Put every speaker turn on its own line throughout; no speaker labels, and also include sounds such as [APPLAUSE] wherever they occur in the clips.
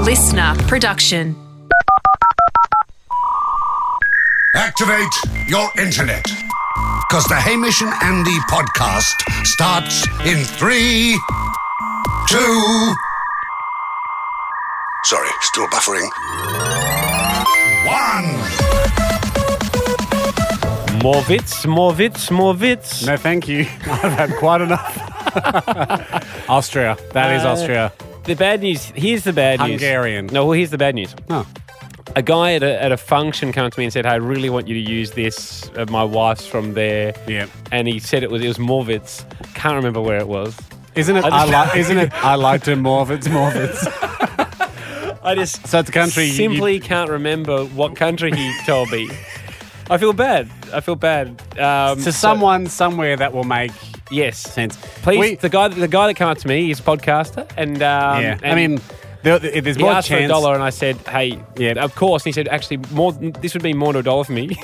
listener production.
Activate your internet. Because the Hamish and Andy podcast starts in three, two. Sorry, still buffering. One.
More vits, more vits, more vits.
No, thank you. [LAUGHS] I've had quite enough. [LAUGHS] Austria. That is
Uh,
Austria.
The bad news. Here's the bad news.
Hungarian.
No, well, here's the bad news.
Oh.
A guy at a, at a function came to me and said, "Hey, I really want you to use this. Uh, my wife's from there."
Yeah.
And he said it was it was Morvitz. Can't remember where it was.
Isn't it?
I
I,
just-
like. Isn't it? I liked it more if it's more
[LAUGHS]
if it's.
I just
So it's a country. you-
simply can't remember what country
[LAUGHS]
he told me. I feel bad. I feel bad. Um,
to someone somewhere that will make
yes,
sense.
Please,
We-
the guy the guy that came up to me, he's a podcaster, and um,
yeah. I
and-
mean, there, there- there's
He
more
asked
chance.
for a dollar, and I said, "Hey, yeah,
Yeah.
of course." And he said, "Actually, more. This would be more than a dollar for me, [LAUGHS]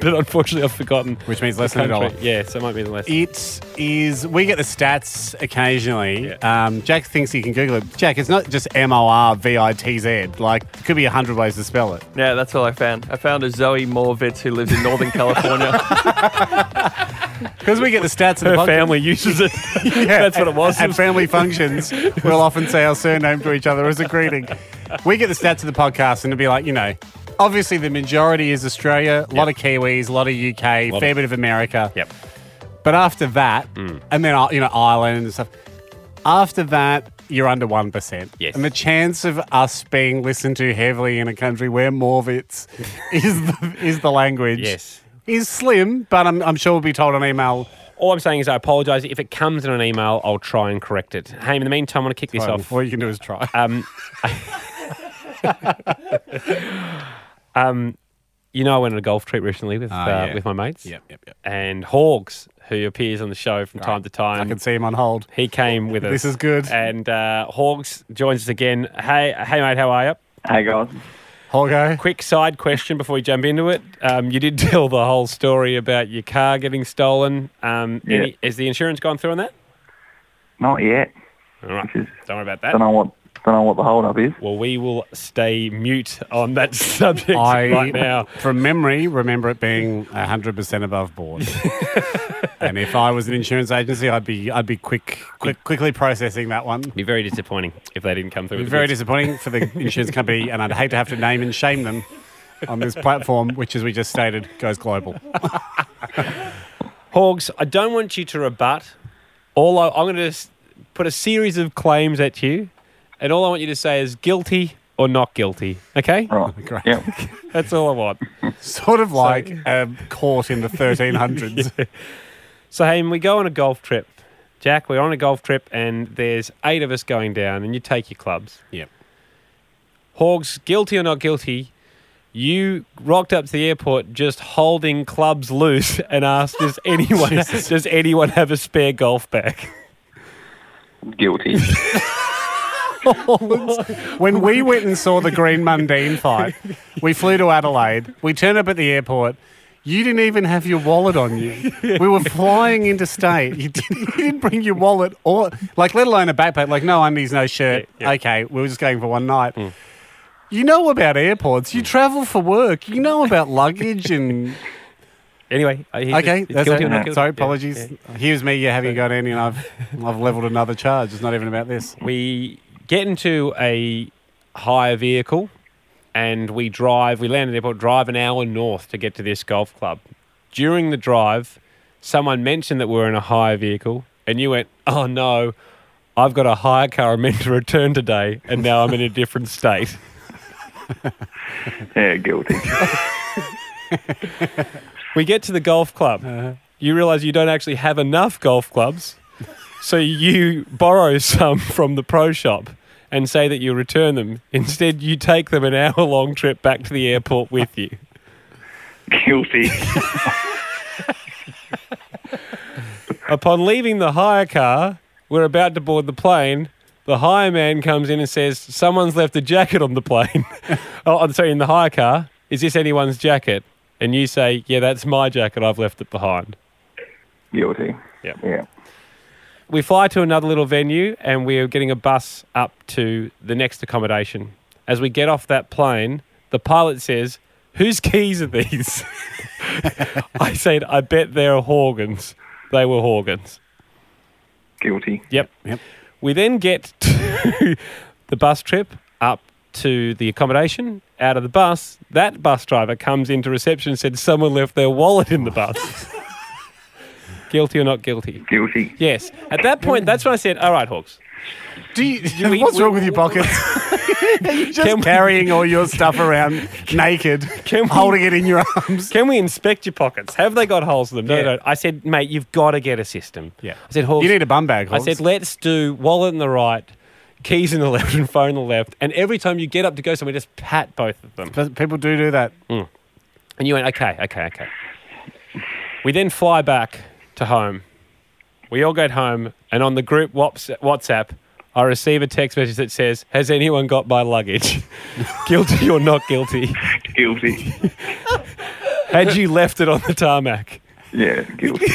but unfortunately, I've forgotten."
Which means less
the
than a
country.
dollar.
Yeah, so it might be less.
It is. We get the stats occasionally.
Yeah.
Um, Jack thinks he can Google it. Jack, it's not just M O R V I T Z. Like, there could be a hundred ways to spell it.
Yeah, that's all I found. I found a Zoe Morvitz who lives in
[LAUGHS]
Northern California.
Because we get the stats of the
Her
podcast.
family uses [LAUGHS] it.
Yeah,
that's what it was.
At family functions, we'll often say our surname to each other as a greeting. We get the stats of the podcast, and it'll be like, you know, obviously the majority is Australia, a lot of Kiwis, a lot of UK,
Lot
fair
of-
bit of America.
yep. Hmm.
But after that, and then uh, you know Ireland and stuff. After that, you're under one percent.
Yes.
And the chance of us being listened to heavily in a country
[LAUGHS]
where Morvitz is the, is the language.
Yes.
Is slim, but I'm, I'm sure we'll be told on email.
All I'm saying is, I apologise. If it comes in an email, I'll try and correct it. Hey, in the meantime, I'm going to kick this off.
All you can do is try.
Um, um, you know, I went on a golf trip recently with uh,
Ah, yeah.
with my mates.
Yep, yep, yep.
And Hawgs, who appears on the show from time to time.
I can see him on hold.
He came with us.
This is good.
And uh, Hawks joins us again. Hey, hey, mate, how are you?
Hey guys.
[LAUGHS]
Holgo.
Quick side question before we jump into it. Um, you did [LAUGHS] tell the whole story about your car getting stolen. Um,
Yeah.
any, has the insurance gone through on that?
Not yet.
All right.
Which is-
Don't worry about
Don't
that.
know what don't know what the hold up is.
Well, we will stay mute on that [LAUGHS] subject right now.
from memory, remember it being 100%
[LAUGHS]
above board. and if I was an insurance agency, I'd be I'd be quick, quick quickly processing that one.
Be very disappointing if they didn't come through.
It'd
with the
be very
goods.
disappointing
[LAUGHS]
for the insurance company, and I'd hate to have to name and shame them on this platform, which, as we just stated,
[LAUGHS]
goes global.
Hogs, I don't want you to rebut. All I, I'm going to just put a series of claims at you, and all I want you to say is guilty or not guilty. Okay,
Right.
Great. [LAUGHS]
Yep.
that's all I want.
Sort of like a court in
[LAUGHS]
the 1300s.
So, hey, we go on a golf trip. Jack, we're on a golf trip, and there's eight of us going down, and you take your clubs.
Yep.
Hogs, guilty or not guilty? You rocked up to the airport just holding clubs loose [LAUGHS] and asked,
[LAUGHS]
"Does anyone does anyone have a spare golf bag?" [LAUGHS]
Guilty.
When we went and saw the Green
[LAUGHS]
Mundine fight, we flew to Adelaide. We turned up at the airport. You didn't even have your wallet on you. We were flying interstate. You didn't, [LAUGHS] you didn't bring your wallet or, like, let alone a backpack. Like, no undies, no shirt.
Yeah, Mm. yeah.
Okay, we were just going for one night. You know about airports.
Mm.
You travel for work. You know about luggage and.
Anyway, I- [LAUGHS] he's-
Okay,
it's
that's
guilty or
it.
not
Yeah.
guilty.
Sorry,
Yeah,
apologies.
yeah.
Here's me. You have you got any? And I've I've leveled another charge. It's not even about this.
we get into a hire vehicle and we drive, we land at the airport, drive an hour north to get to this golf club. During the drive, someone mentioned that we were in a hire vehicle and you went, oh no, I've got a hire car I'm meant to return today and now I'm in a different state.
yeah, guilty.
We get to the golf club. You realise you don't actually have enough golf clubs, so you borrow [LAUGHS] some from the pro shop and say that you return them. Instead, you take them an hour long trip back to the airport with you.
Guilty.
Upon leaving the hire car, we're about to board the plane. The hire man comes in and says, Someone's left a jacket on the plane. [LAUGHS] oh, I'm sorry, in the hire car. Is this anyone's jacket? And you say, Yeah, that's my jacket. I've left it behind.
Guilty.
Yep.
Yeah.
we fly to another little venue and we're getting a bus up to the next accommodation. as we get off that plane, the pilot says, Whose keys are these? [LAUGHS] I said, I bet they're Horgan's. They were Horgan's.
Guilty.
Yep.
Yep.
We then get [LAUGHS] to the bus trip up to the accommodation. Out of the bus, that bus driver comes into reception and said, Someone left their wallet in the bus. [LAUGHS] guilty or not guilty?
Guilty.
Yes. At that point, that's when I said, All right, Hawks.
Do
[LAUGHS]
you,
we-
what's
we-
wrong with your pockets? [LAUGHS] You're just
Can we-
carrying all your stuff around naked,
[LAUGHS] Can we-
holding it
[LAUGHS]
in your arms.
Can we inspect your pockets? Have they got holes in them? No,
Yeah.
no. I said, mate, you've got to get a system. I said, Hawks,
you need a bum bag.
I
Hobbs.
said, let's do wallet in the right, keys in the [LAUGHS] left, and phone in the left. And every time you get up to go somewhere, just pat both of them.
But people do do that.
Mm. And you went, okay, okay, okay. We then fly back to home. We all get home, and on the group whaps- WhatsApp, I receive a text message that says, Has anyone got my luggage? [LAUGHS] guilty or not
[LAUGHS]
guilty?
Guilty.
Had you left it on the tarmac?
Yeah, guilty.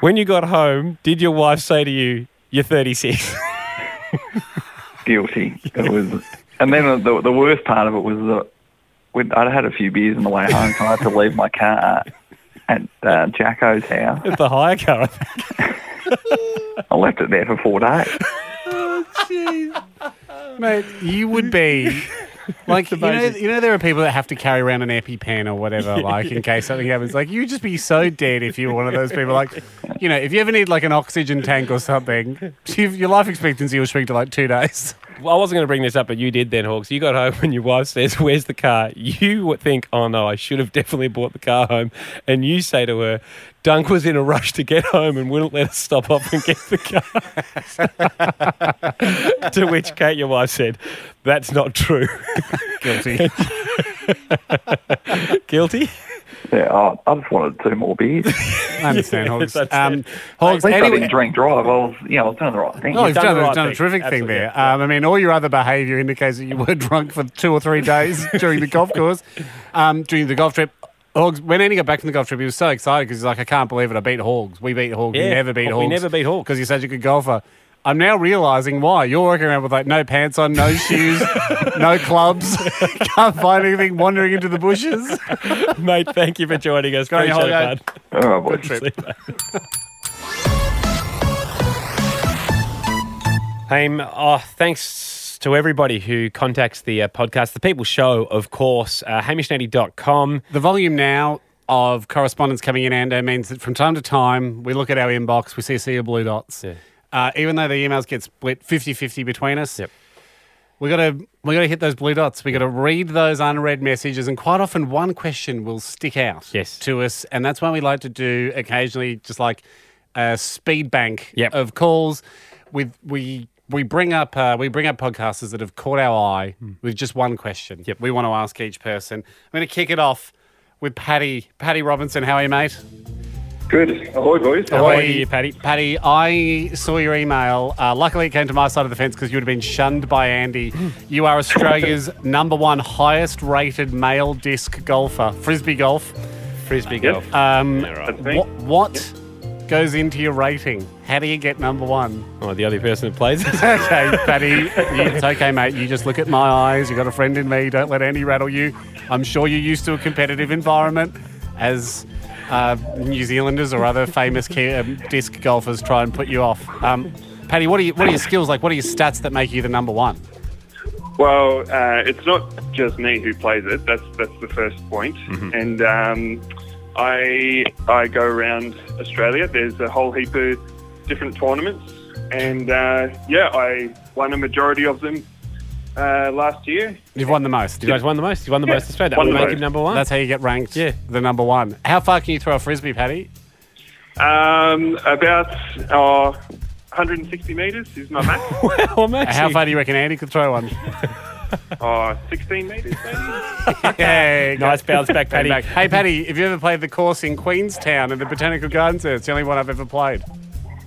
When you got home, did your wife say to you, You're 36?
guilty. It was, and then the, the worst part of it was that when I'd had a few beers on the way home, so I had to leave my car at uh, Jacko's house.
[LAUGHS] the hire car.
I left it there for four days.
Mate, you would be
[LAUGHS]
like you know,
amazing.
you know there are people that have to carry around an EpiPen
[LAUGHS]
or whatever, like in case something happens. Like you'd just be so dead if you were one of those people. Like you know, if you ever need like an oxygen tank or something, you your life expectancy will shrink to like two days.
[LAUGHS]
[LAUGHS]
Well, I wasn't going to bring this up, but you did then, Hawks. You got home and your wife says, Where's the car? You would think, Oh no, I should have definitely brought the car home. And you say to her, Dunk was in a rush to get home and wouldn't let us stop off and get the car. [LAUGHS] to which Kate, your wife, said, That's not true. [LAUGHS]
Guilty.
Guilty?
Yeah, oh, I just wanted two more beers.
[LAUGHS]
I understand, Hogs.
that's
Um,
it.
Hogs.
At least I
Anyway,
didn't drink drive. I was, you know, I was doing the right thing.
Oh, you've
done
done,
the right
done
thing.
a terrific
Absolutely,
thing there. Um, I mean, all your other behaviour indicates that you were [LAUGHS] drunk for two or three days [LAUGHS] during the golf course, um, during the golf trip. Hogs, when Andy got back from the golf trip, he was so excited because he's like, I can't believe it. I beat Hogs. We beat Hogs.
Yeah,
we never beat
we
Hogs.
never beat Hogs.
Because he's such a good golfer. I'm now realising why. You're walking around with like no pants on,
[LAUGHS]
no shoes, no clubs, [LAUGHS] can't find anything, wandering into the bushes.
Mate, thank you for joining us.
Go on your
Appreciate
holiday.
it, bud.
All right, boys.
Um, oh, thanks to everybody who contacts the uh, podcast. The People Show, of course, uh, hamishnetty.com.
The volume now of correspondence coming in, Ando, means that from time to time we look at our inbox, we see a sea of blue dots.
Yeah.
Uh, even though the emails get split 50 50 between us,
Yep.
we got to we got to hit those blue dots. We got to read those unread messages, and quite often one question will stick out
Yes.
to us, and that's why we like to do occasionally just like a speed bank
Yep.
of calls. With we we bring up uh, we bring up podcasters that have caught our eye with just one question.
Yep.
We want to ask each person. I'm going to kick it off with Patty Patty Robinson. How are you, mate?
Good. Ahoy, boys.
How are
Ahoy.
you, Patty?
Patty, I saw your email. Uh, luckily, it came to my side of the fence because you would have been shunned by Andy. You
[LAUGHS]
are Australia's number one highest rated male disc golfer, Frisbee golf.
Frisbee
Yep.
golf.
Um,
Yeah, right.
me.
what what goes into your rating? How do you get number one?
Oh, the only person that plays it.
Okay, Patty, you- it's okay, mate. You just look at my eyes. You got a friend in me. Don't let Andy rattle you. I'm sure you're used to a competitive environment as uh, New Zealanders or other famous ki- um, disc golfers try and put you off. Um, Patty, what are, you, what are your skills like? What are your stats that make you the number one?
Well, uh, it's not just me who plays it. That's that's the first point.
Mm-hmm.
And um, I I go around Australia. There's a whole heap of different tournaments, and uh, yeah, I won a majority of them uh, last year.
You've won the most.
You guys won the most. You won the most Australia. That
Won
would
the
make
most.
him number one.
That's how you get ranked
Yeah.
the number one. How far can you throw a frisbee, Patty?
Um, about uh, 160 meters is my
[LAUGHS]
max.
well, mate.
How far do you reckon Andy could throw one?
uh, 16 meters maybe.
[LAUGHS]
Hey,
Nice
go.
bounce back, Patty.
Back. Hey, Patty, have you ever played the course in Queenstown at the Botanical Gardens? there? It's the only one I've ever played.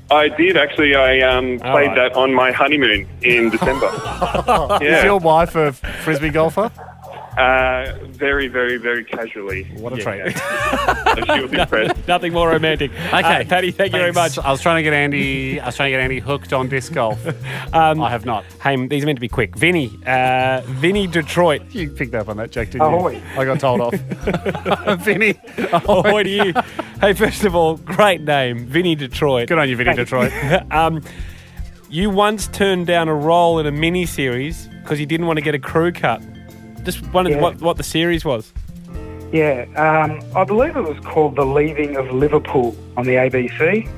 I did actually. I um,
All
played
right. [LAUGHS]
that on my honeymoon in December.
Is
yeah.
your wife a frisbee golfer?
Uh, very, very, very casually.
What a trait.
So she was impressed.
Nothing more romantic. [LAUGHS] Okay,
Uh,
Patty, thank you very much.
Thanks. I was trying to get Andy. I was trying to get Andy hooked on
[LAUGHS]
disc golf. I have not.
Hey, Um, these are meant to be quick. Vinny, uh, Vinny Detroit.
You picked up on that, Jack, didn't
Oh,
[LAUGHS] you? I got told off.
[LAUGHS]
Vinny.
Ahoy to Oh, you. Hey, first of all, great name, Vinny Detroit.
Good on you,
[LAUGHS]
Vinny Detroit.
Um, you once turned down a role in a mini series because you didn't want to get a crew cut. Just wondered
Yeah.
what, what the series was.
Yeah, um, I believe it was called The Leaving of Liverpool on the ABC.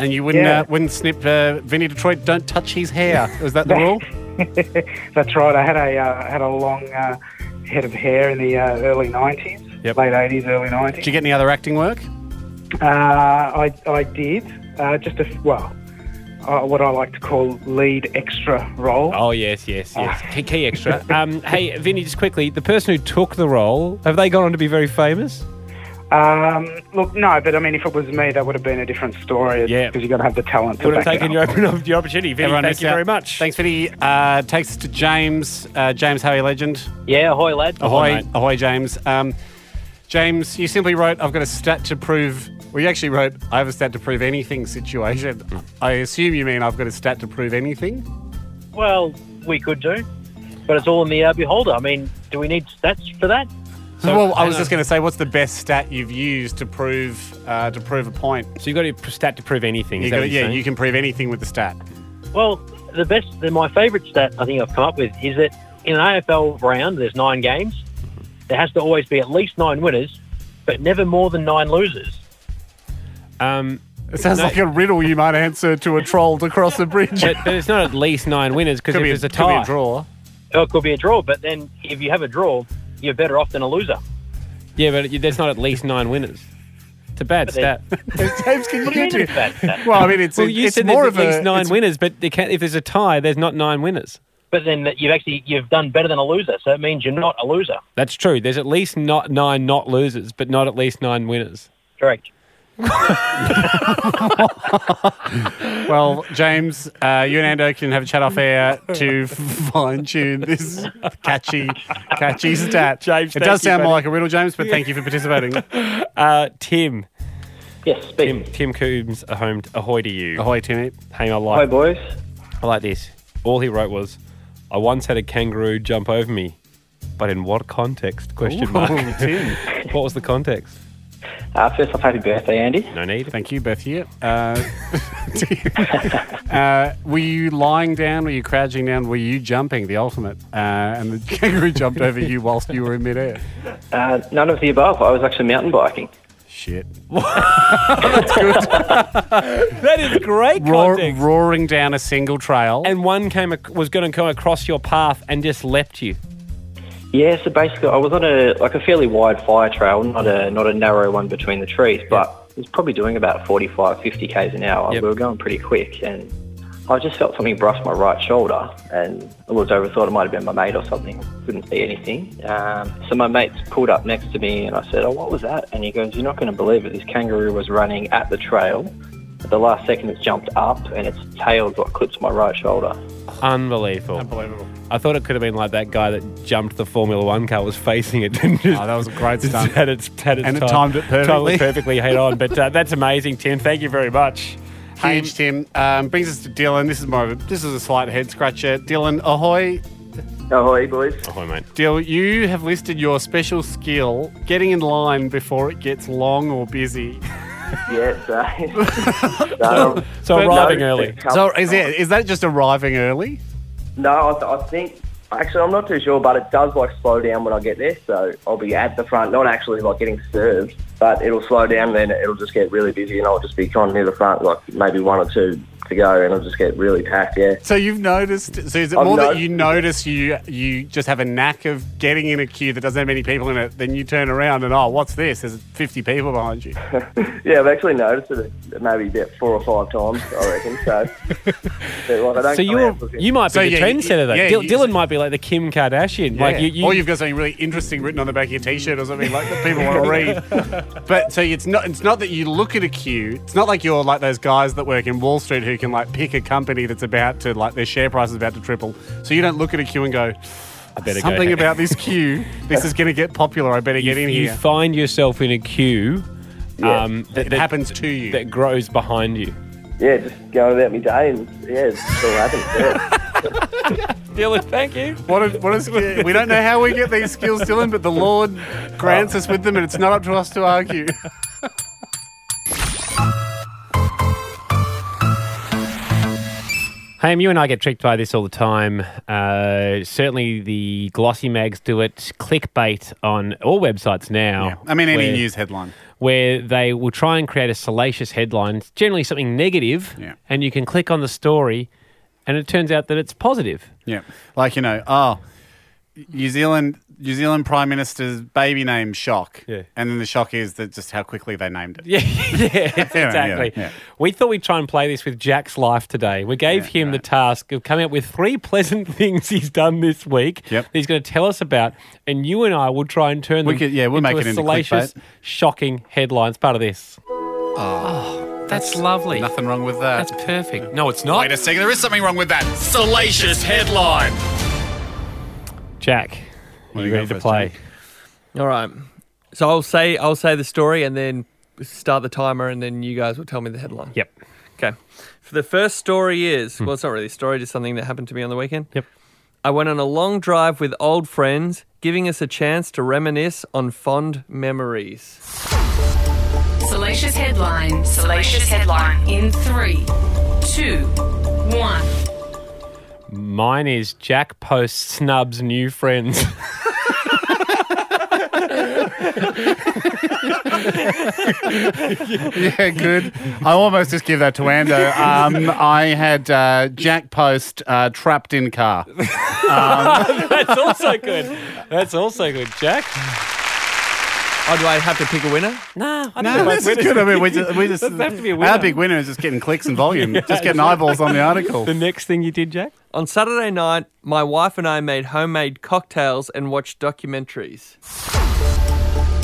And you wouldn't
Yeah.
uh, wouldn't snip uh, Vinny Detroit. Don't touch his hair. Was
[LAUGHS]
that the rule?
[LAUGHS] That's right. I had a uh, had a long uh, head of hair in the uh, early nineties,
Yep.
late eighties, early
Did
nineties.
you get any other acting work?
Uh, I I did uh, just a well, uh, what I like to call lead extra role.
Oh, yes, yes, yes.
Ah.
Key, key extra. Um, hey, Vinny, just quickly, the person who took the role, have they gone on to be very famous? Oh.
Um, look, no, but I mean, if it was me, that would have been a different story.
Yeah.
because you got to have the talent. To
Would have
back it
taken
up.
your, open, your opportunity. Vinny,
Everyone
thank
missed
you
out.
very much.
Thanks, Vinny. Uh, takes us to James. Uh, James, Howie legend.
Yeah, ahoy, lads.
Ahoy,
mate.
ahoy, James. Um, James, you simply wrote, "I've got a stat to prove." Well, you actually wrote, "I have a stat to prove anything." Situation. I assume you mean I've got a stat to prove anything.
Well, we could do, but it's all in the uh, beholder. I mean, do we need stats for that?
well, I was
hang
just going to say, what's the best stat you've used to prove uh, to prove a point?
So you've got to pr- stat to prove anything.
You
is that
gotta-
what you're
yeah,
saying?
you can prove anything with the stat.
Well, the best, the, my favourite stat I think I've come up with is that in an AFL round, there's nine games. There has to always be at least nine winners, but never more than nine losers.
Um,
It sounds like a riddle you might answer to a troll to cross a bridge.
but, but it's not at least nine winners because if
be,
there's a
could be
tie,
a draw.
Or it could be a draw, but then if you have a draw, you're better off than a loser.
yeah, but it- there's not at least nine winners. It's a bad
But
stat.
then-
James,
do
can you
you
get
mean
to?
it's bad stat?
Well, I mean, it's
Well,
it-
you
it's
said
more
there's
of
at least
a,
nine
it's-
winners, but they can't, if there's a tie, there's not nine winners.
But then you've actually you've done better than a loser, so it means you're not a loser.
That's true. There's at least not nine not losers, but not at least nine winners.
Correct.
Well, James, uh, you and Ando can have a chat off air
[LAUGHS]
to fine tune this catchy, catchy stat.
James,
it
thank
does
you,
sound more
buddy.
like a riddle, James, but thank you for participating.
Uh, Tim,
Yes,
Tim,
speak.
Tim Coombs, a home, ahoy to you.
Ahoy, Timmy.
Hang on, like,
Hi, boys.
I like this. All he wrote was, "I once had a kangaroo jump over me, but in what context?" Question mark.
Ooh, Tim.
[LAUGHS] What was the context?
Uh, first off, happy birthday, Andy.
No need.
Thank you, Beth. Here. Uh, [LAUGHS] uh, were you lying down? Were you crouching down? Were you jumping? The ultimate. Uh, and the [LAUGHS] kangaroo jumped over you whilst you were in midair.
Uh, none of the above. I was actually mountain biking.
Shit.
That is great
Roar,
context.
roaring down a single trail.
and one came ac- was going to come across your path and just leapt you.
Yeah, so basically, I was on a like a fairly wide fire trail, not a not a narrow one between the trees, but it was probably doing about 45, 50 k's an hour.
Yep.
We were going pretty quick, and I just felt something brush my right shoulder, and I looked over, thought it might have been my mate or something. Couldn't see anything. Um, so my mate's pulled up next to me, and I said, "Oh, what was that?" And he goes, "You're not going to believe it. This kangaroo was running at the trail." At the last second, it's jumped up, and its tail's what clips my right shoulder.
Unbelievable.
Unbelievable.
I thought it could have been like that guy that jumped the Formula One car was facing it [LAUGHS] and just.
Oh, that was a great
just
stunt.
Had its, had its
And it
time-
timed it perfectly.
timed it perfectly head on. But uh, that's amazing, Tim. Thank you very much.
Huge, Tim. Um, brings us to Dylan. This is more of a, this is a slight head scratcher. Dylan, ahoy.
Ahoy, boys.
[LAUGHS] Ahoy, mate.
Dylan, you have listed your special skill, getting in line before it gets long or busy.
Yeah, so, [LAUGHS] so,
So arriving early.
So is, it, is that just arriving early?
No, I, th- I think actually I'm not too sure, but it does like slow down when I get there. So I'll be at the front, not actually like getting served, but it'll slow down. Then it'll just get really busy, and I'll just be kind of near the front, like maybe one or two to go, and I'll just get really packed. Yeah,
So you've noticed. So is it
I've
more that
noticed-
you notice you you just have a knack of getting in a queue that doesn't have many people in it? Then you turn around and oh, what's this? There's 50 people behind you.
yeah. I've actually noticed it maybe about four or five times, I reckon. So, but, like, I don't
So
come
you
out looking-
you might be
So,
the
yeah, you-
trendsetter though.
yeah,
Dil-
you-
Dylan might be like the Kim Kardashian. Like
Yeah.
you, you,
or you've got something really interesting written on the back of your T-shirt or something like that people want to [LAUGHS] read. But so it's not it's not that you look at a queue. It's not like you're like those guys that work in Wall Street who can like pick a company that's about to like their share price is about to triple. So you don't look at a queue and go,
I better go
Something
ha-
about this queue. This is going to get popular. I better get
if
in
you
here.
find yourself in a queue
Yeah.
um, that,
It
that-
happens to you.
that grows behind you.
Yeah, just going about my day and yeah, it's still happening. Yeah.
[LAUGHS]
Dylan, thank you.
What is, what is, we don't know how we get these skills, Dylan, but the
[LAUGHS]
Lord grants us with them, and it's not up to us to argue.
Ham, you and I get tricked by this all the time. Uh, certainly the glossy mags do it. Clickbait on all websites now.
I mean, any
Oh, where-
news headline.
Where they will try and create a salacious headline, it's generally something negative,
Yeah.
and you can click on the story, and it turns out that it's positive.
Yeah, like you know, oh, New Zealand, New Zealand Prime Minister's baby name shock.
Yeah.
and then the shock is that just how quickly they named
[LAUGHS]
it.
Yeah,
[LAUGHS]
yeah, exactly.
yeah.
We thought we'd try and play this with Jack's life today. We gave
Yeah,
him the task of coming up with three pleasant [LAUGHS] things he's done this week
Yep.
that he's going to tell us about, and you and I will try and turn
We
them
could- yeah, we'll
into
make
a
it into
salacious,
clickbait.
shocking headlines. Part of this. Oh, that's, lovely.
Nothing wrong with that.
perfect. No, it's not.
Wait a second, there is something wrong with that. Salacious headline.
Jack,
What
are
do
you
you
ready
got
to
first,
play?
Jack?
All right. So I'll say I'll say the story and then start the timer and then you guys will tell me the headline.
Yep.
Okay. For the first story is
Hmm.
well, it's not really a story, just something that happened to me on the weekend.
Yep.
I went on a long drive with old friends, giving us a chance to reminisce on fond memories.
Salacious headline. Salacious headline. In three, two, one.
Mine is Jack posts snubs new friends.
[LAUGHS]
[LAUGHS]
Yeah, good. I almost just give that to Ando. Um, I had uh, Jack Post uh, trapped
[LAUGHS]
in car.
that's also good. That's also good, Jack.
Oh, do I have to pick a winner?
Nah, I
No, this is good. I mean, we just, we just
Doesn't have to be a winner.
our big winner is just getting clicks and volume, just getting eyeballs on the article.
The next thing you did, Jack?
On Saturday night, my wife and I made homemade cocktails and watched documentaries.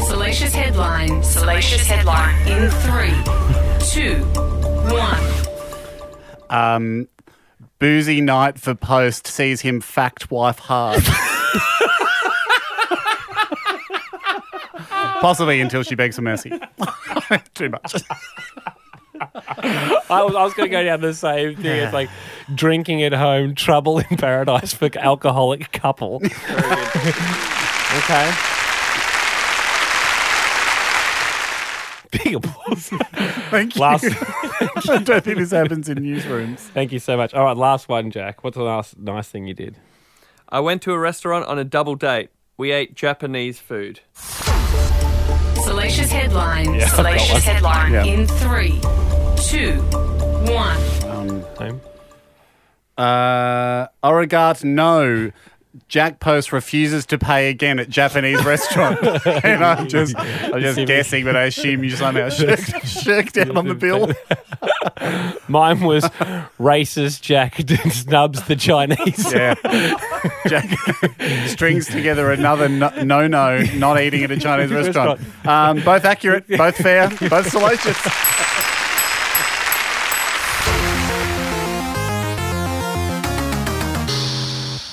Salacious headline. Salacious headline. In three, two, one.
Um, boozy night for Post sees him fact wife [LAUGHS] hard. Possibly until she begs for mercy. [LAUGHS] Too much.
I was, I was going to go down the same thing. It's like drinking at home, trouble in paradise for alcoholic couple. okay. Big applause.
Thank
[LAUGHS]
you.
Last,
[LAUGHS] I don't think this happens in newsrooms.
thank you so much. All right, last one, Jack. What's the last nice thing you did?
I went to a restaurant on a double date. We ate Japanese food.
Salacious headline. Salacious headline.
Yeah.
In three, two, one.
Home?
Uh, Origat, no. Jack Post refuses to pay again at [LAUGHS] Japanese restaurant. and I'm just, I'm just guessing, but I assume you somehow shirked, shirked out on the bill.
Mine [LAUGHS] was racist Jack [LAUGHS] snubs the
[LAUGHS]
Chinese.
Yeah. Jack [LAUGHS] strings together another no no, not eating at a Chinese restaurant. Um, both [LAUGHS] accurate, both fair, both salacious.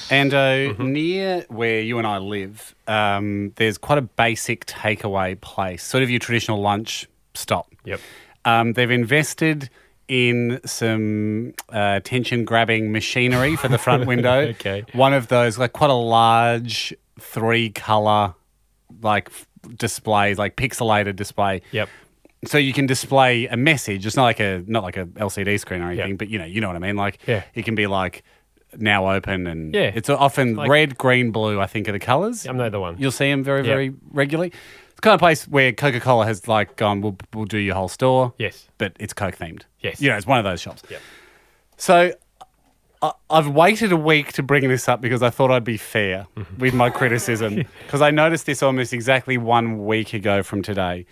And uh, near where you and I live, um, there's quite a basic takeaway place, sort of your traditional lunch stop.
Yep.
Um, they've invested in some uh, attention grabbing machinery for
[LAUGHS]
the front window.
Okay.
One of those, like quite a large three color, like f- displays, like pixelated display.
Yep.
So you can display a message. It's not like a not like a LCD screen or anything, but you know, you know what I mean. Like
Yeah.
it can be like now open and
Yeah.
it's often
Like-
red, green, blue. I think are the colors.
I'm not the one.
You'll see them very,
Yeah.
very regularly. It's the kind of place where Coca Cola has like gone, we'll, we'll do your whole store.
Yes.
But it's Coke themed.
Yes.
You know, it's one of those shops.
Yep.
So I, I've waited a week to bring this up because I thought I'd be fair
Mm-hmm.
with
[LAUGHS]
my criticism because I noticed this almost exactly one week ago from today.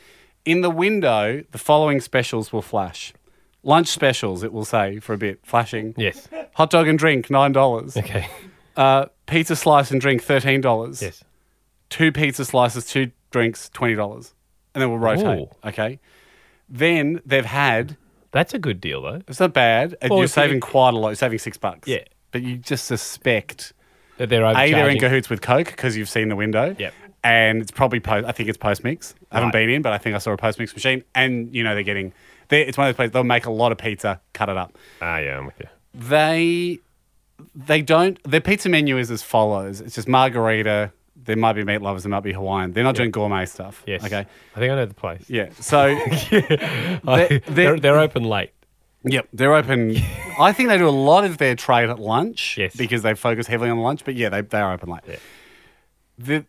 In the window, the following specials will flash. Lunch specials, it will say for a bit, flashing.
Yes.
Hot dog and
[LAUGHS]
drink, $9.
Okay.
Uh, pizza slice and drink, $13
Yes.
two pizza slices, two drinks, twenty dollars, and then we'll rotate.
Ooh.
Okay. Then they've had.
That's a good deal, though.
It's not bad. And
Well,
you're
if you-
saving quite a lot. You're saving six bucks.
Yeah.
But you just suspect
that they're
A,
overcharging.
they're in cahoots with Coke because you've seen the window.
Yep.
And it's probably post. I think it's post mix. I haven't
Right.
been in, but I think I saw a post mix machine. And you know they're getting. They, it's one of those places they'll make a lot of pizza, cut it up.
Ah, yeah, I'm with you.
They they don't. Their pizza menu is as follows. It's just margarita. There might be meat lovers. There might be Hawaiian. They're not doing gourmet stuff.
Yes.
Okay.
I think I know the place.
Yeah. So
[LAUGHS] They're, they're,
they're-
open late.
Yep, they're
[LAUGHS]
open. I think they do a lot of their trade at lunch
Yes.
because they focus heavily on lunch. But yeah, they they are open late. The,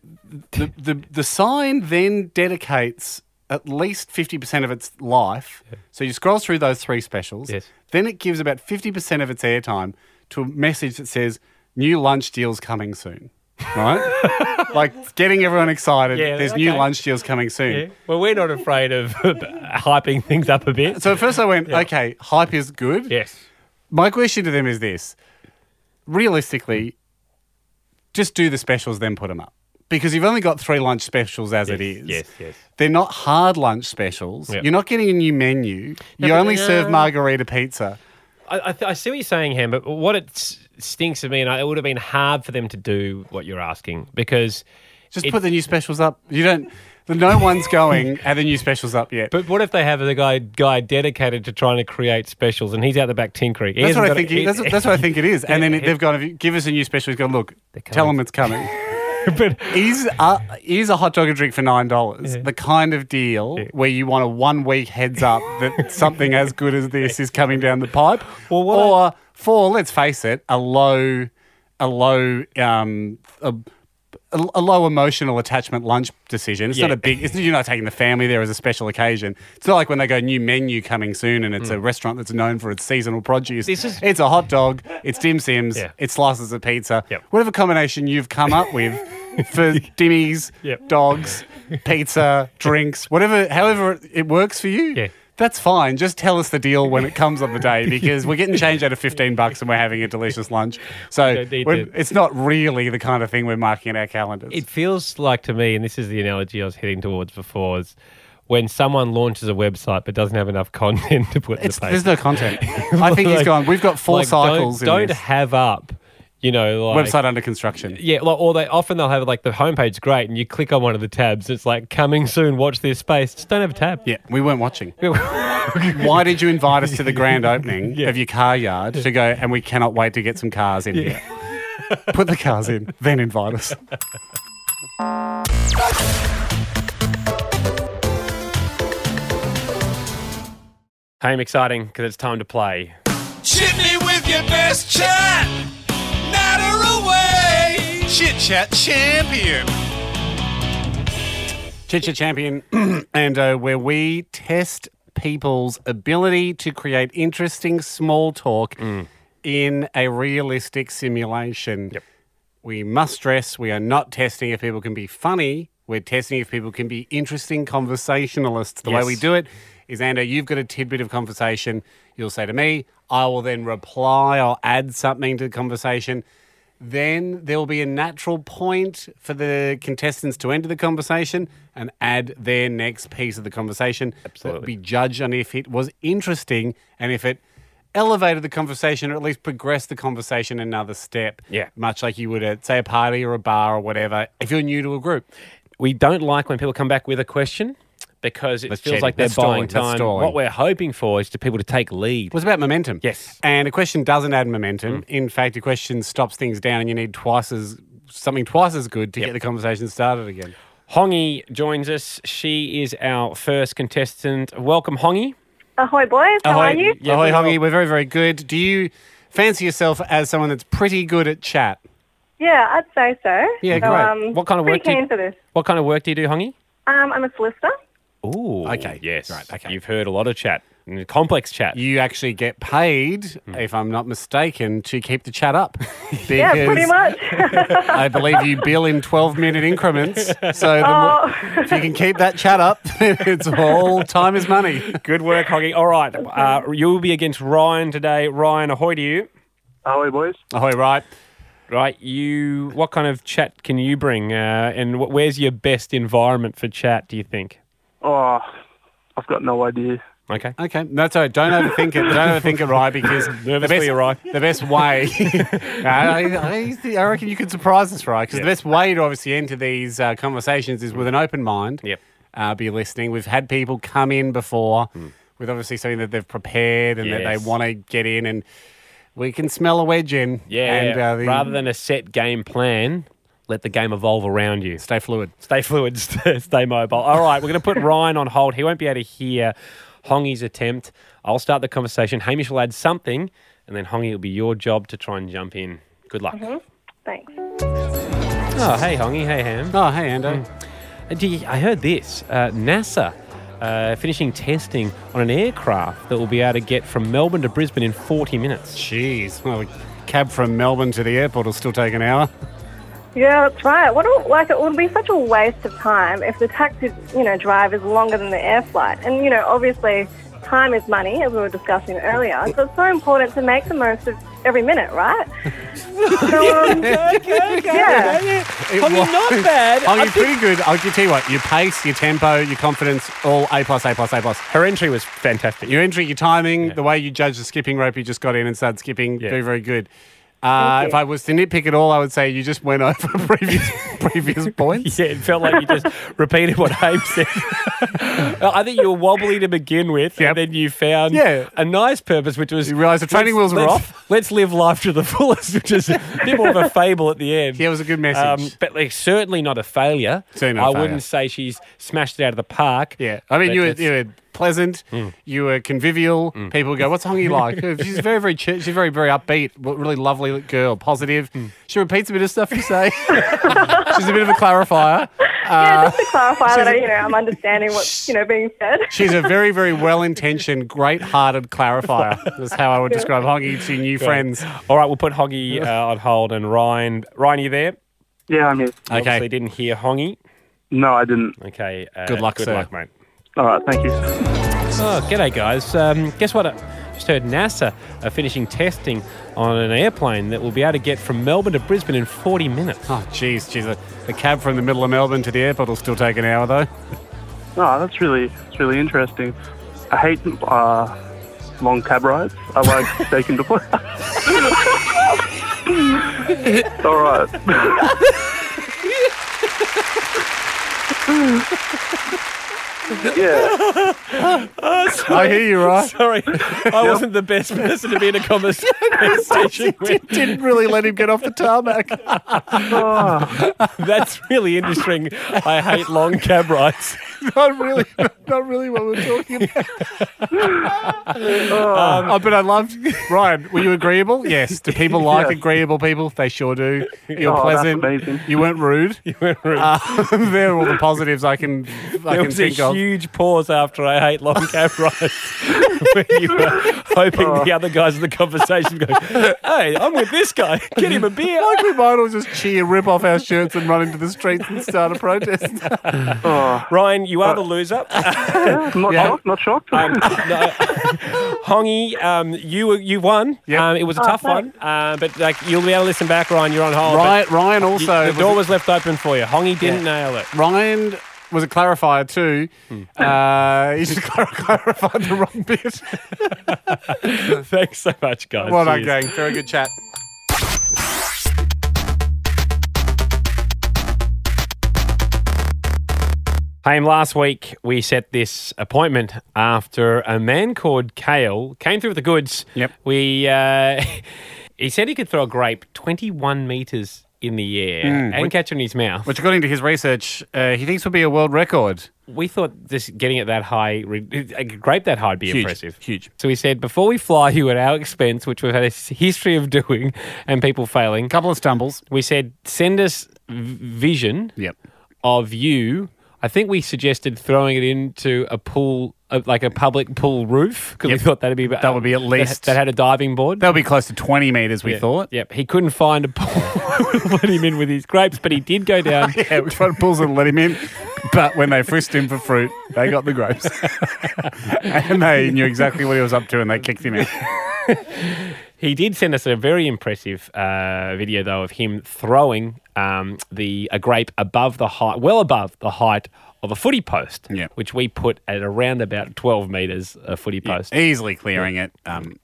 the the the sign then dedicates at least fifty percent of its life. So you scroll through those three specials.
Yes.
Then it gives about fifty percent of its airtime to a message that says "New lunch deals coming soon."
[LAUGHS]
Right, like getting everyone excited.
Yeah,
There's new
okay.
lunch deals coming soon.
Well, we're not afraid of [LAUGHS] hyping things up a bit.
So at first I went, okay, hype is good.
yes.
My question to them is this: realistically, just do the specials, then put them up because you've only got three lunch specials as it is.
yes, yes.
They're not hard lunch specials.
Yep.
You're not getting a new menu. you
but-
only serve
uh,
margarita pizza.
I, I, th- I see what you're saying, Ham, but what it s- stinks of me, and I, it would have been hard for them to do what you're asking because.
Just
it-
put the new specials up. You don't. No one's going at the new specials up yet.
But what if they have a guy guy dedicated to trying to create specials, and he's out the back tinkering? He
that's
hasn't
what I
got a-
think. It, that's, what- that's what I think it is. And then it, they've gone. Give us a new special. He's gone. Look, tell them
[LAUGHS]
it's coming.
but
Is a, is a hot dog and drink for nine dollars the kind of deal where you want a one week heads up
[LAUGHS]
that something as good as this is coming down the pipe,
Well, what
or for let's face it, a low, a low, um, a, a a low emotional attachment lunch decision. It's not
Yeah.
a big. It's, you're not taking the family there as a special occasion. It's not like when they go new menu coming soon and it's a restaurant that's known for its seasonal produce.
Mm. This is-
it's a hot dog. It's dim sims.
Yeah.
It's slices of pizza.
Yep.
Whatever combination you've come up with
[LAUGHS]
for dimmies,
Yep.
dogs, pizza, drinks, whatever, however it- it works for you.
Yeah.
That's fine. Just tell us the deal when it comes on
[LAUGHS]
the day because we're getting change out of 15 bucks and we're having a delicious lunch. So
Don't need
we're-
to-
it's not really the kind of thing we're marking in our calendars.
It feels like to me, and this is the analogy I was heading towards before, is when someone launches a website but doesn't have enough [LAUGHS] content to put in
It's-
the page.
there's no
[LAUGHS]
[LAUGHS] content. I think he's
Like-
gone. We've got 4
like, don't-
cycles
Don't,
in this.
have up, you know, like
Website under construction.
Yeah, like, or they often they'll have like the homepage great, and you click on one of the tabs. It's like coming soon. Watch this space. Just don't have a tab. [LAUGHS]
Yeah, we weren't watching. [LAUGHS] Why did you invite us to [LAUGHS] the grand opening
Yeah.
of your car yard to go and we cannot wait to get some cars in here? Put the cars in, then invite us.
Hey, I'm exciting because it's time to play.
Shit me with your best chat. Natter away. Chit chat champion.
Chicha Champion, [CLEARS THROAT] and uh, where we test people's ability to create interesting small talk in a realistic simulation. Yep. We must stress we are not testing if people can be funny. We're testing if people can be interesting conversationalists. The way
Yes.
we do it is, Ando, you've got a tidbit of conversation. You'll say to me, I will then reply or add something to the conversation. Then there will be a natural point for the contestants to enter the conversation and add their next piece of the conversation. Absolutely. Be judged on if it was interesting and if it elevated the conversation or at least progressed the conversation another step.
Yeah.
Much like you would at, say, a party or a bar or whatever, if you're new to a group.
We don't like when people come back with a question because it
That's
feels
cheating.
like they're
That's
buying
stalling. That's
time.
stalling.
What we're hoping for is to people to take lead.
It was about momentum.
Yes.
And a question doesn't add momentum.
Mm.
In fact, a question stops things down and you need twice as something twice as good to get the conversation started again.
Hongi joins us. She is our first contestant. Welcome, Hongi.
Ahoy, boys. How are you?
Yeah,
Ahoy,
very
Hongi. We're very, very good. Do you fancy yourself as someone that's pretty good at chat?
Yeah, I'd say so.
Yeah,
so,
great.
Um,
What kind of
pretty
work do you-
keen for this.
What kind of work do you do, Hongi?
Um, I'm a solicitor.
Ooh.
Okay.
Yes.
Right, okay.
You've heard a lot of chat, and complex chat.
You actually get paid, if I'm not mistaken, to keep the chat up.
Hmm. [LAUGHS] Yeah, pretty
Because
much. [LAUGHS]
[LAUGHS] I believe you bill in 12 minute increments. So the
Oh. [LAUGHS]
mo- if you can keep that chat up, [LAUGHS] it's all time is money.
[LAUGHS]
Good work, Hoggy. All right. Uh, you'll be against Ryan today. Ryan, ahoy to you.
Hello, boys.
Ahoy, right.
Right. You. What kind of chat can you bring? Uh, and wh- where's your best environment for chat? Do you think?
Oh, I've got no idea.
Okay.
Okay, that's all right. Don't overthink it. Don't overthink it, Rye, because the
[LAUGHS] Nervous for
best,
you, Rye.
the best way. [LAUGHS] No, I, I, I reckon you could surprise us, Rye, because
Yeah.
the best way to obviously enter these uh, conversations is with an open mind.
Yep.
Uh, be listening. We've had people come in before with obviously something that they've prepared and that they
Hmm. Yes.
want to get in, and we can smell a wedge in.
Yeah.
and
uh,
uh,
yeah.
the-
Rather than a set game plan, let the game evolve around you.
stay fluid.
Stay fluid, [LAUGHS] st- stay mobile. All right, we're going to put Ryan on hold. He won't be able to hear Hongi's attempt. I'll start the conversation. Hamish will add something, and then Hongi, it'll be your job to try and jump in. Good luck.
Thanks.
Oh, hey, Hongi. Hey, Ham.
Oh, hey, Ando.
Uh, gee, I heard this. Uh, NASA uh, finishing testing on an aircraft that will be able to get from Melbourne to Brisbane in 40 minutes.
Jeez, well, a cab from Melbourne to the airport will still take an hour.
Yeah, that's right. What a, like it would be such a waste of time if the taxi, you know, drive is longer than the air flight. And you know, obviously, time is money, as we were discussing earlier. So it's so important to make the most of every minute, right? so, um, [LAUGHS] yeah.
It
I mean,
was-
not bad.
[LAUGHS] Oh,
I
you're pretty good. I'll tell you what. Your pace, your tempo, your confidence, all A plus, A plus, A plus.
Her entry was fantastic.
Your entry, your timing, the way you judge the skipping rope you just got in and started skipping,
Yeah.
very, very good. Uh, if I was to nitpick at all, I would say you just went [LAUGHS] over previous
[LAUGHS]
previous points.
Yeah, it felt like you just
[LAUGHS]
repeated what Abe said. Well, I think you were wobbly to begin with,
Yep.
and then you found
Yeah.
a nice purpose, which was
You realised the training
let's-
wheels were
let's-
off.
Let's live life to the fullest, which is a bit more of
[LAUGHS]
a fable at the end. Um,
Yeah, it was a good message.
but like, certainly not a failure.
Certainly not a
I
failure.
wouldn't say she's smashed it out of the park.
Yeah, I mean,
But
you were,
that's- Mm.
you were pleasant, you were convivial. People go, "What's Hongi
[LAUGHS]
like?" she's very, very, cheer- she's very, very upbeat. w- Really lovely girl, positive.
Mm.
She repeats a bit of stuff
[LAUGHS]
you say. she's a bit of a clarifier.
Yeah, just to clarify that I, you know, I'm understanding what's, you know, being said.
She's a very, very well-intentioned, great-hearted clarifier. That's how I would describe Hongi to new friends.
All right, we'll put
[LAUGHS]
Hoggy uh, on hold and Ryan. Ryan, are you there?
Yeah, I'm here.
Obviously
Okay,
didn't hear Hongy.
No, I didn't.
Okay. Uh,
Good luck,
Good
sir.
luck, mate.
All right, thank you.
Oh, g'day, guys. Um, guess what? I just heard NASA are finishing testing on an airplane that will be able to get from Melbourne to Brisbane in 40 minutes.
oh jeez, jeez, the, the cab from the middle of Melbourne to the airport will still take an hour though.
No, that's really, that's really interesting. I hate uh, long cab rides. I like taking the bus. [LAUGHS] All right. yeah.
I hear you, right?
Sorry, [LAUGHS] I wasn't the best person to be in a [LAUGHS] conversation with.
Didn't really let him get off the tarmac.
Oh,
That's really interesting. I hate long cab [LAUGHS] rides.
not really, not really what we're talking about.
oh.
Oh, but I loved Ryan. Were you agreeable? Yes. Do people like
Yes.
agreeable people? They sure do. You're
Oh, that's
pleasant.
amazing.
You weren't rude. You weren't rude. they're all the positives I can I
There
can
was a
think of.
huge pause after I hate long cab [LAUGHS] rides, where you were hoping the other guys in the conversation were going, "Hey, I'm with this guy. Get him a [LAUGHS] beer."
Like [LAUGHS] we might all just cheer, rip off our shirts, and run into the streets and start
[LAUGHS]
a protest.
Oh, Ryan, you are the loser.
I'm not shocked. Not shocked.
no, Hongi, um, you you won.
Yep.
Um, it was a tough one, uh, but like you'll be able to listen back, Ryan. You're on hold.
Ryan, Ryan
but
also
the door was left open for you. Hongi didn't nail it.
Ryan was a clarifier too.
Hmm.
Uh, he just [LAUGHS] clar- clarified the wrong
[LAUGHS]
bit.
Thanks so much, guys.
well done,
Cheers.
gang. Very good chat.
Haim, last week we set this appointment after a man called Kale came through with the goods.
Yep.
We uh, [LAUGHS] he said he could throw a grape 21 meters in the air and catch it in his mouth.
Which, according to his research, uh, he thinks will be a world record.
we thought this getting it that high, re- a grape that high would be
Huge,
impressive.
huge.
So we said, before we fly you at our expense, which we've had a [LAUGHS] s- history of doing and people failing,
Couple of stumbles.
we said, send us v- vision
Yep.
of you. I think we suggested throwing it into a pool, uh, like a public pool roof, because
Yep.
we thought that'd be about-
That would be at least-
that, had a diving board.
That'll be close to 20 metres, we
Yeah.
thought.
Yep. He couldn't find a pool. [LAUGHS] let him in with his grapes, but he did go down.
[LAUGHS] Yeah, we tried to pull and let him in, but when they frisked him for fruit, they got the grapes. [LAUGHS] and they knew exactly what he was up to and they kicked him out.
He did send us a very impressive uh, video, though, of him throwing um, the a grape above the height, well above the height of a footy post, which we put at around about 12 metres a footy post.
easily clearing it. Um,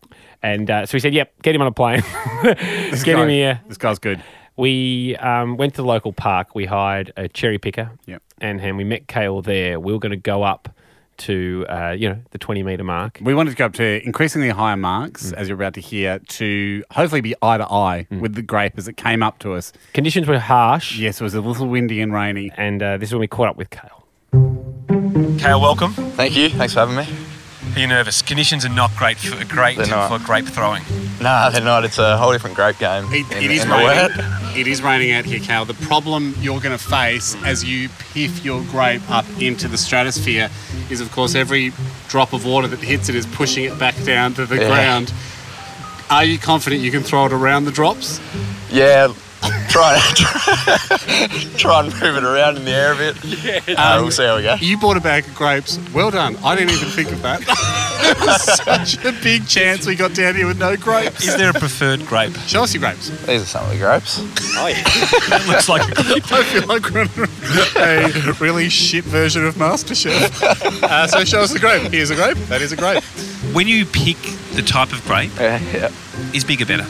and uh, so we said, yep, get him on a plane. get
guy-
him here.
[LAUGHS] This guy's good.
We um, went to the local park. We hired a cherry picker.
Yep.
And, and we met Kale there. We were going to go up to, uh, you know, the 20 metre mark.
We wanted to go up to increasingly higher marks, as you're about to hear, to hopefully be eye to eye with the grape as it came up to us.
Conditions were harsh.
Yes, it was a little windy and rainy.
And uh, this is when we caught up with Kale.
Kale, welcome. Thank you. Thanks for having me.
Are you nervous? Conditions are not great for great
They're not.
for grape throwing.
Nah, they're not. It's a whole different grape game.
It is raining. It is raining out here, Cal. The problem you're going to face as you piff your grape up into the stratosphere is, of course, every drop of water that hits it is pushing it back down to the
Yeah.
ground. Are you confident you can throw it around the drops?
Yeah, try [LAUGHS] try and move it around in the air a bit. Yeah. Uh, we'll see how we go.
You bought a bag of grapes. Well done. I didn't even think of that. [LAUGHS] it was such a big chance we got down here with no grapes.
[LAUGHS]
Is there a preferred grape? [LAUGHS]
Chelsea grapes.
These are some of the grapes.
Oh yeah, that looks like a grape.
I feel like we're on a really shit version of MasterChef. Uh, so show us the grape. Here's a grape. That is a grape.
When you pick the type of grape,
yeah.
is bigger better?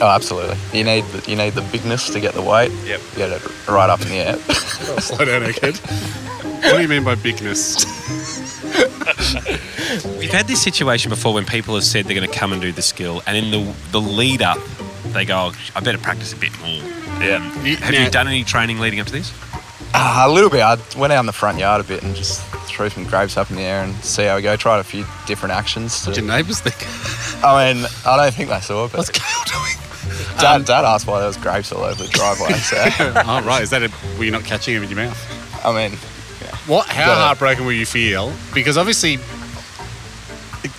Oh, absolutely. You need the, you need the bigness to get the weight. Yep. Get it right up in the air.
Slow down, Egghead. What do you mean by bigness?
We've had this situation before when people have said they're going to come and do the skill, and in the the lead up, they go, oh, "I better practice a bit more." Yeah. Have you done any training leading up to this?
Uh, a little bit. I went out in the front yard a bit and just threw some grapes up in the air and see how we go. Tried a few different actions. To... Did
your neighbours think?
I mean, I don't think they saw it. But... What's Kale doing? Dad, Dad asked why there was grapes all over the driveway. So.
[LAUGHS] oh, right. Is that a, were you not catching him in your mouth?
I mean,
what? How
Got it.
heartbroken will you feel? Because obviously,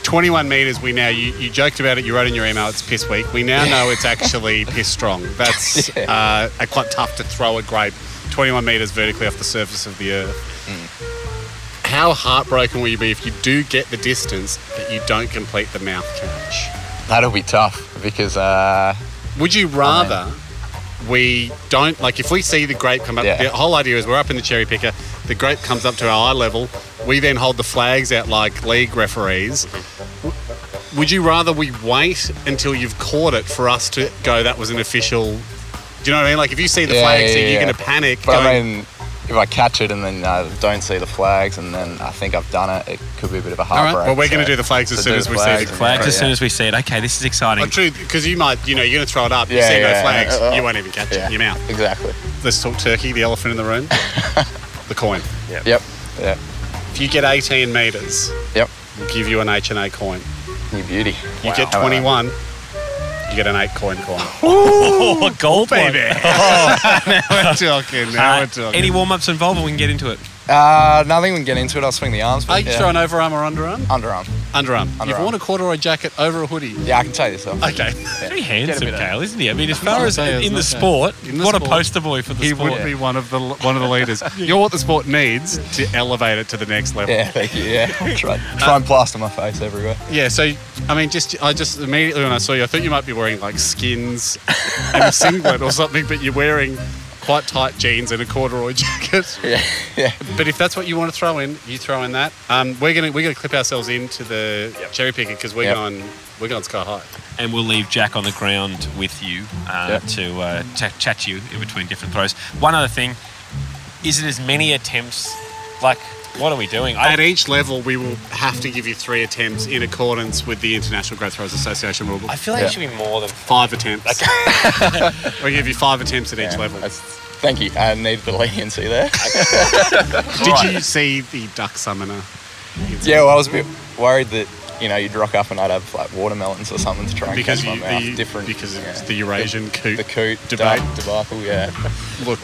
21 meters. We now you, you joked about it. You wrote in your email it's piss weak. We now know it's
[LAUGHS]
actually piss strong. That's uh, a quite tough to throw a grape 21 meters vertically off the surface of the earth. How heartbroken will you be if you do get the distance but you don't complete the mouth catch?
That'll be tough because. Uh,
Would you rather we don't like if we see the grape come up?
Yeah.
The whole idea is we're up in the cherry picker. The grape comes up to our eye level. We then hold the flags out like league referees. W- Would you rather we wait until you've caught it for us to go? That was an official. Do you know what I mean? Like if you see the
Yeah,
flags,
yeah,
you're
yeah.
going to panic.
But I
going,
mean, if I catch it and then uh, don't see the flags and then I think I've done it, it could be a bit of a
All right,
heartbreak.
well, we're gonna
so-
do the flags as
so
soon
do
as we see
flags
the
and-
Flags as
yeah.
soon as we see it. Okay, this is exciting.
Oh, true, because you might, you know, you're going to throw it up. You
Yeah,
see no
yeah,
flags,
yeah.
you won't even catch it
Yeah,
in your mouth.
Exactly.
Let's talk turkey, the elephant in the
[LAUGHS]
room, the coin.
Yep. Yep. Yeah.
If you get 18 meters,
Yep.
we'll give you an H and A coin.
You beauty.
You get 21, you get an eight coin
[LAUGHS]
coin.
[LAUGHS] Oh, gold baby.
now we're talking. Now we're talking.
Uh, Any warm ups involved? and We can get into it.
Uh, nothing. We can get into it. I'll swing the arms. but
Are you
yeah.
throwing overarm or underarm?
Underarm.
Underarm. You've
Underarm.
worn a corduroy jacket over a hoodie.
Yeah, I can tell you so.
Okay.
Very
Get a
handsome,
bit of-
Kale, isn't he? I mean, as
I
far as
was gonna say,
in the
it's not
sport,
bad. In the
what a
sport.
poster boy for the
He
sport.
would be one of the one of the [LAUGHS] leaders. You're what the sport needs to elevate it to the next level.
[LAUGHS] Yeah, thank you. Yeah, try, try and plaster my face everywhere.
Yeah, so I mean, just I just immediately when I saw you, I thought you might be wearing like skins and a singlet or something, but you're wearing quite tight jeans and a corduroy [LAUGHS] jacket.
Yeah, yeah.
But if that's what you want to throw in, you throw in that. Um, we're gonna we're gonna clip ourselves into the cherry picker because we're
Yep.
going we're going sky high.
and we'll leave Jack on the ground with you uh,
Yep.
to uh, ch- chat to you in between different throws. One other thing is it as many attempts? Like, what are we doing? I-
At each level, we will have to give you three attempts in accordance with the International Growth Throws Association rulebook.
I feel like it should be more than
five attempts. [LAUGHS] we give you five attempts at each level.
Thank you. I need the
[LAUGHS]
leniency there.
Did you see the duck summoner?
Yeah, well, I was a bit worried that you know you'd rock up and I'd have like watermelons or something to try and
Because
catch
you-
my mouth.
the-
Different because
It's the Eurasian coot.
the coot
debate.
debate debacle. Yeah.
Look,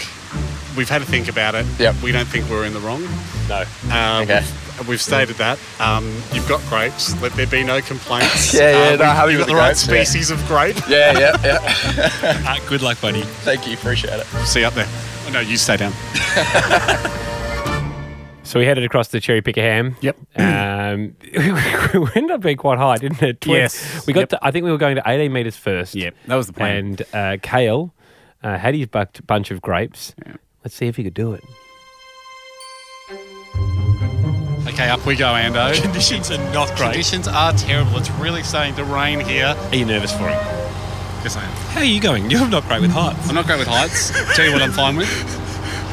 we've had a think about it. We don't think we're in the wrong.
No.
Um,
Okay.
We've, we've stated that. Um, you've got grapes. Let there be no complaints.
[LAUGHS] Yeah, yeah,
Um,
no,
we've-
happy
you've
with
got the,
the
right
grapes, yeah.
species of grape.
Yeah, yeah, [LAUGHS] yeah.
Ah, good luck, buddy.
Thank you. Appreciate it.
See you up there. Oh, no, you stay down.
So we headed across the Cherry Picker Ham. Yep. Um, [LAUGHS] we ended up being quite high, didn't it?
Yes.
We got. To, I think we were going to 18 meters first. Yep.
That was the plan.
And uh, Kale uh, had his buck- bunch of grapes. Let's see if he could do it.
Okay, up we go, Ando. Conditions are not great. Conditions are terrible. It's really starting to rain here.
Are you nervous for him?
Yes, I am.
How are you going? You're not great with heights. [LAUGHS]
I'm not great with heights. Tell you what I'm fine with.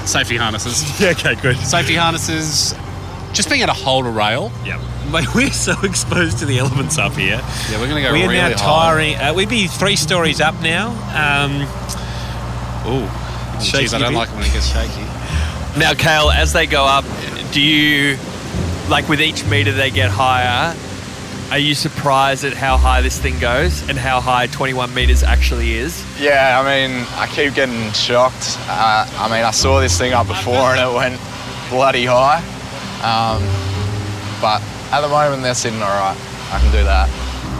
Safety harnesses.
[LAUGHS] Yeah, okay, good.
Safety harnesses. Just being able to hold a rail.
Yep. Mate, we're so exposed to the elements up here.
Yeah, we're going to go
We're
really
now
high.
tiring. Uh, we'd be three stories up now. Um, oh,
Jeez, I don't like it when it gets shaky.
Now, Kale, as they go up, do you, like with each meter they get higher, are you surprised at how high this thing goes and how high 21 meters actually is?
Yeah, I mean, I keep getting shocked. Uh, I mean, I saw this thing up before and it went bloody high. Um, but at the moment, they're sitting all right. I can do that.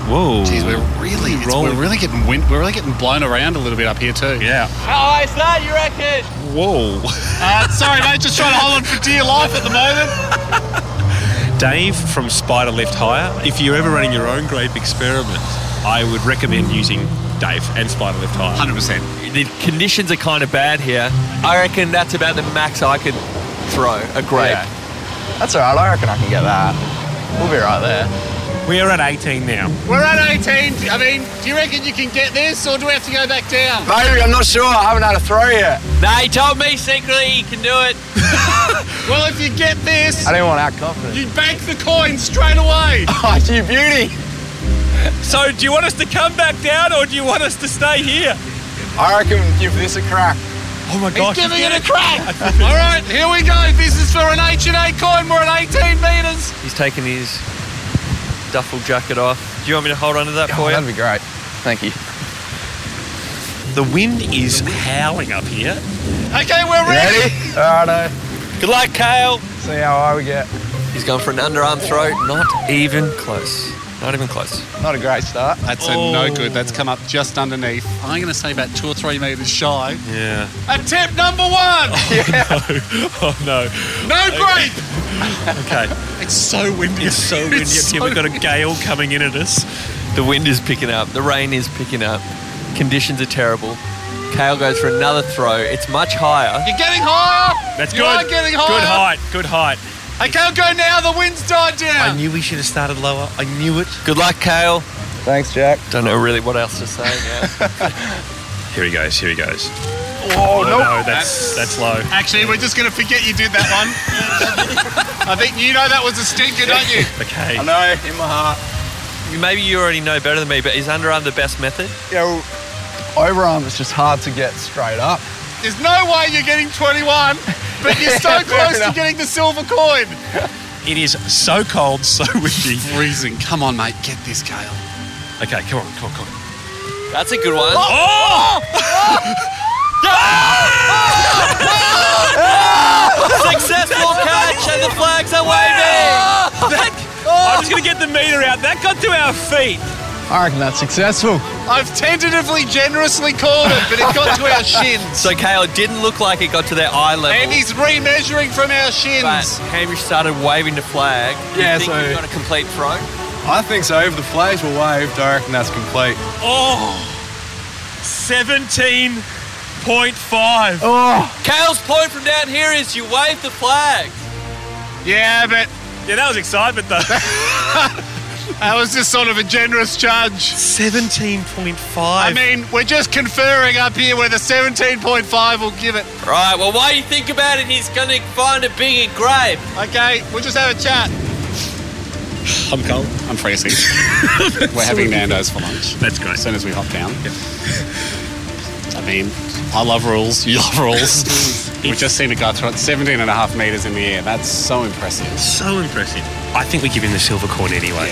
Whoa.
Jeez, we're really, it's- we're really getting wind, we're really getting blown around a little bit up here too. Yeah.
How high is that, Oh, you reckon?
Whoa.
[LAUGHS] Uh, sorry, mate, just trying to hold on for dear life at the moment.
Dave from Spider Lift Higher. If you're ever running your own grape experiment, I would recommend using Dave and Spider Lift Higher.
100%.
Um, The conditions are kind of bad here. I reckon that's about the max I could throw a grape.
That's all right. I reckon I can get that. We'll be right there.
We are at 18 now.
We're at 18. I mean, do you reckon you can get this, or do we have to go back down?
Maybe, I'm not sure. I haven't had a throw yet.
Nah, he told me secretly he can do
[LAUGHS]
it.
well, if you get this,
I didn't want that confidence.
you bank the coin straight away.
[LAUGHS] Oh, you beauty.
So, do you want us to come back down or do you want us to stay here?
I reckon give this a crack.
Oh my
He's giving it
[LAUGHS]
a crack. All right, here we go. This is for an H and A coin. We're at 18 meters.
He's taken his duffel jacket off. Do you want me to hold on to that for you?
That'd be great. Thank you.
The wind is howling up here.
Okay, we're ready.
Ready? Alright.
Good luck, Kale.
See how high we get.
He's going for an underarm throw. Not even close. Not even close.
Not a great start.
That's a
Oh.
no good. That's come up just underneath. I'm going to say about two or three meters shy.
Yeah.
Attempt number one.
Oh no.
No grape.
Okay.
It's so windy.
It's so windy
It's
up here.
so
We've got a gale coming in at us.
The wind is picking up. The rain is picking up. Conditions are terrible. Kale goes for another throw. It's much higher.
You're getting higher.
That's
you
good.
are getting higher.
Good height. Good height.
I can't go now. The wind's died down.
I knew we should have started lower. I knew it.
Good luck, Kale.
Thanks, Jack.
Don't know really what else to say now.
Here he goes. Here he goes.
Oh,
no, that's that's low.
Actually, we're just going to forget you did that
[LAUGHS]
one. I think you know that was a stinker, don't you?
Okay.
I know, in my heart.
You- Maybe you already know better than me, but is underarm the best method?
Yeah, well, overarm is just hard to get straight up.
There's no way you're getting 21, but you're so
[LAUGHS] Yeah, fair
close to
enough.
getting the silver coin.
It is so cold, so [LAUGHS] windy.
Freezing. Come on, mate. Get this, Kale.
Okay, come on, come on, come on.
That's a good one.
Oh!
Oh!
Oh! Successful catch, and the flags are waving.
That, I was going to get the meter out. That got to our feet.
I reckon that's successful.
I've tentatively, generously called it, but it got to our
[LAUGHS]
shins.
So Kale it didn't look like it got to their eye level.
And he's remeasuring from our
but
shins.
Hamish started waving the flag.
Yeah,
you think
so-
you've got a complete throw?
I think so. Over the flags were waved. I reckon that's complete.
Oh! 17.5.
Oh,
Kale's point from down here is you wave the flag.
Yeah, but
Yeah, that was excitement though.
that was just sort of a generous charge.
17.5.
I mean, we're just conferring up here whether 17.5 will give it.
Right, well, while you think about it, he's going to find a bigger grave.
Okay, we'll just have a chat. I'm cold. I'm [LAUGHS] freezing. We're having Nando's for lunch.
That's great.
As soon as we hop down. I mean, I love rules. You love
[LAUGHS]
rules. we just seen a guy throw it 17 and a half metres in the air. That's so impressive.
So impressive. I think we give him the silver coin anyway.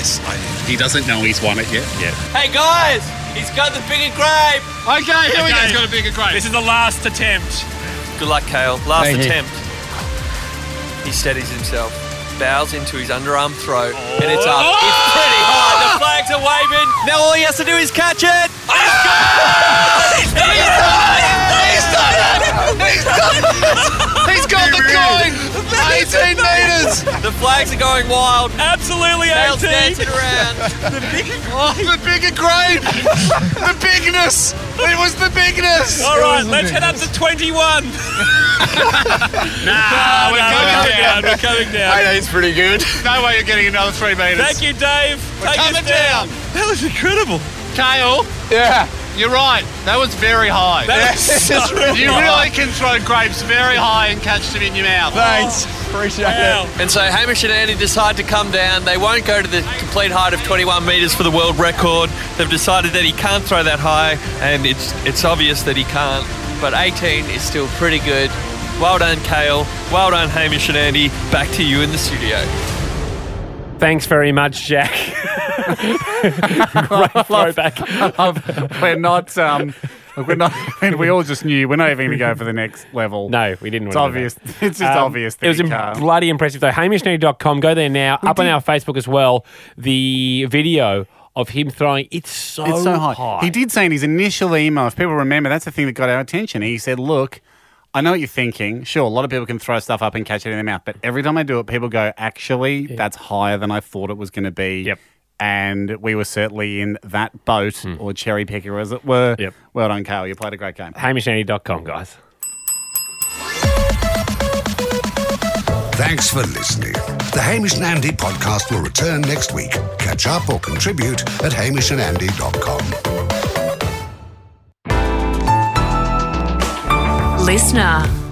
He doesn't know he's won it yet.
Yeah.
Hey, guys, he's got the bigger grave.
Okay, here we go.
Okay.
He's got a bigger crate.
This is the last attempt.
Good luck, Kale. Last
Thank you.
attempt. He steadies himself, bows into his underarm throw, and it's up. It's pretty high. The flags are waving. Now all he has to do is catch it. He's got
He's got the coin! 18 metres!
is.
[LAUGHS]
The flags are going wild. Absolutely, Nails dancing around.
the bigger grave. The bigger grave. the bigness. It was the bigness.
All right, let's head up to
[LAUGHS]
21. nah,
we're coming down.
We're coming down.
Hey, that's pretty good.
[LAUGHS] No way you're getting another three metres.
Thank you, Dave.
We're
Take us
coming
down.
down.
That was incredible.
Kale.
Yeah.
You're right. That was very high.
That was
[LAUGHS]
so
you
high.
really can throw grapes very high and catch them in your mouth.
Thanks. Appreciate
Wow.
And so Hamish and Andy decide to come down. They won't go to the complete height of 21 metres for the world record. They've decided that he can't throw that high, and it's it's obvious that he can't. But 18 is still pretty good. Well done, Kale. Well done, Hamish and Andy. Back to you in the studio.
Thanks very much, Jack. Great throwback.
[LAUGHS] we're not. Um, look, we're not. I mean, we all just knew we're not even going to go for the next level.
No, we didn't.
It's
wanna do
obvious.
that.
It's just
Um,
obvious. That
It was
he
im-
can't.
bloody impressive though. HamishNetty.com. Go there now. Up on our Facebook as well. The video of him throwing. It's so,
it's so high. He did say in his initial email, if people remember, that's the thing that got our attention. He said, Look, I know what you're thinking. Sure, a lot of people can throw stuff up and catch it in their mouth, but every time I do it, people go, Actually, that's higher than I thought it was going to be. Yep. And we were certainly in that boat, or cherry picker, as it were. Yep. Well done, Kale. You played a great game.
HamishNetty.com, guys.
Thanks for listening. The Hamish and Andy podcast will return next week. Catch up or contribute at hamishandandy.com.
Listener.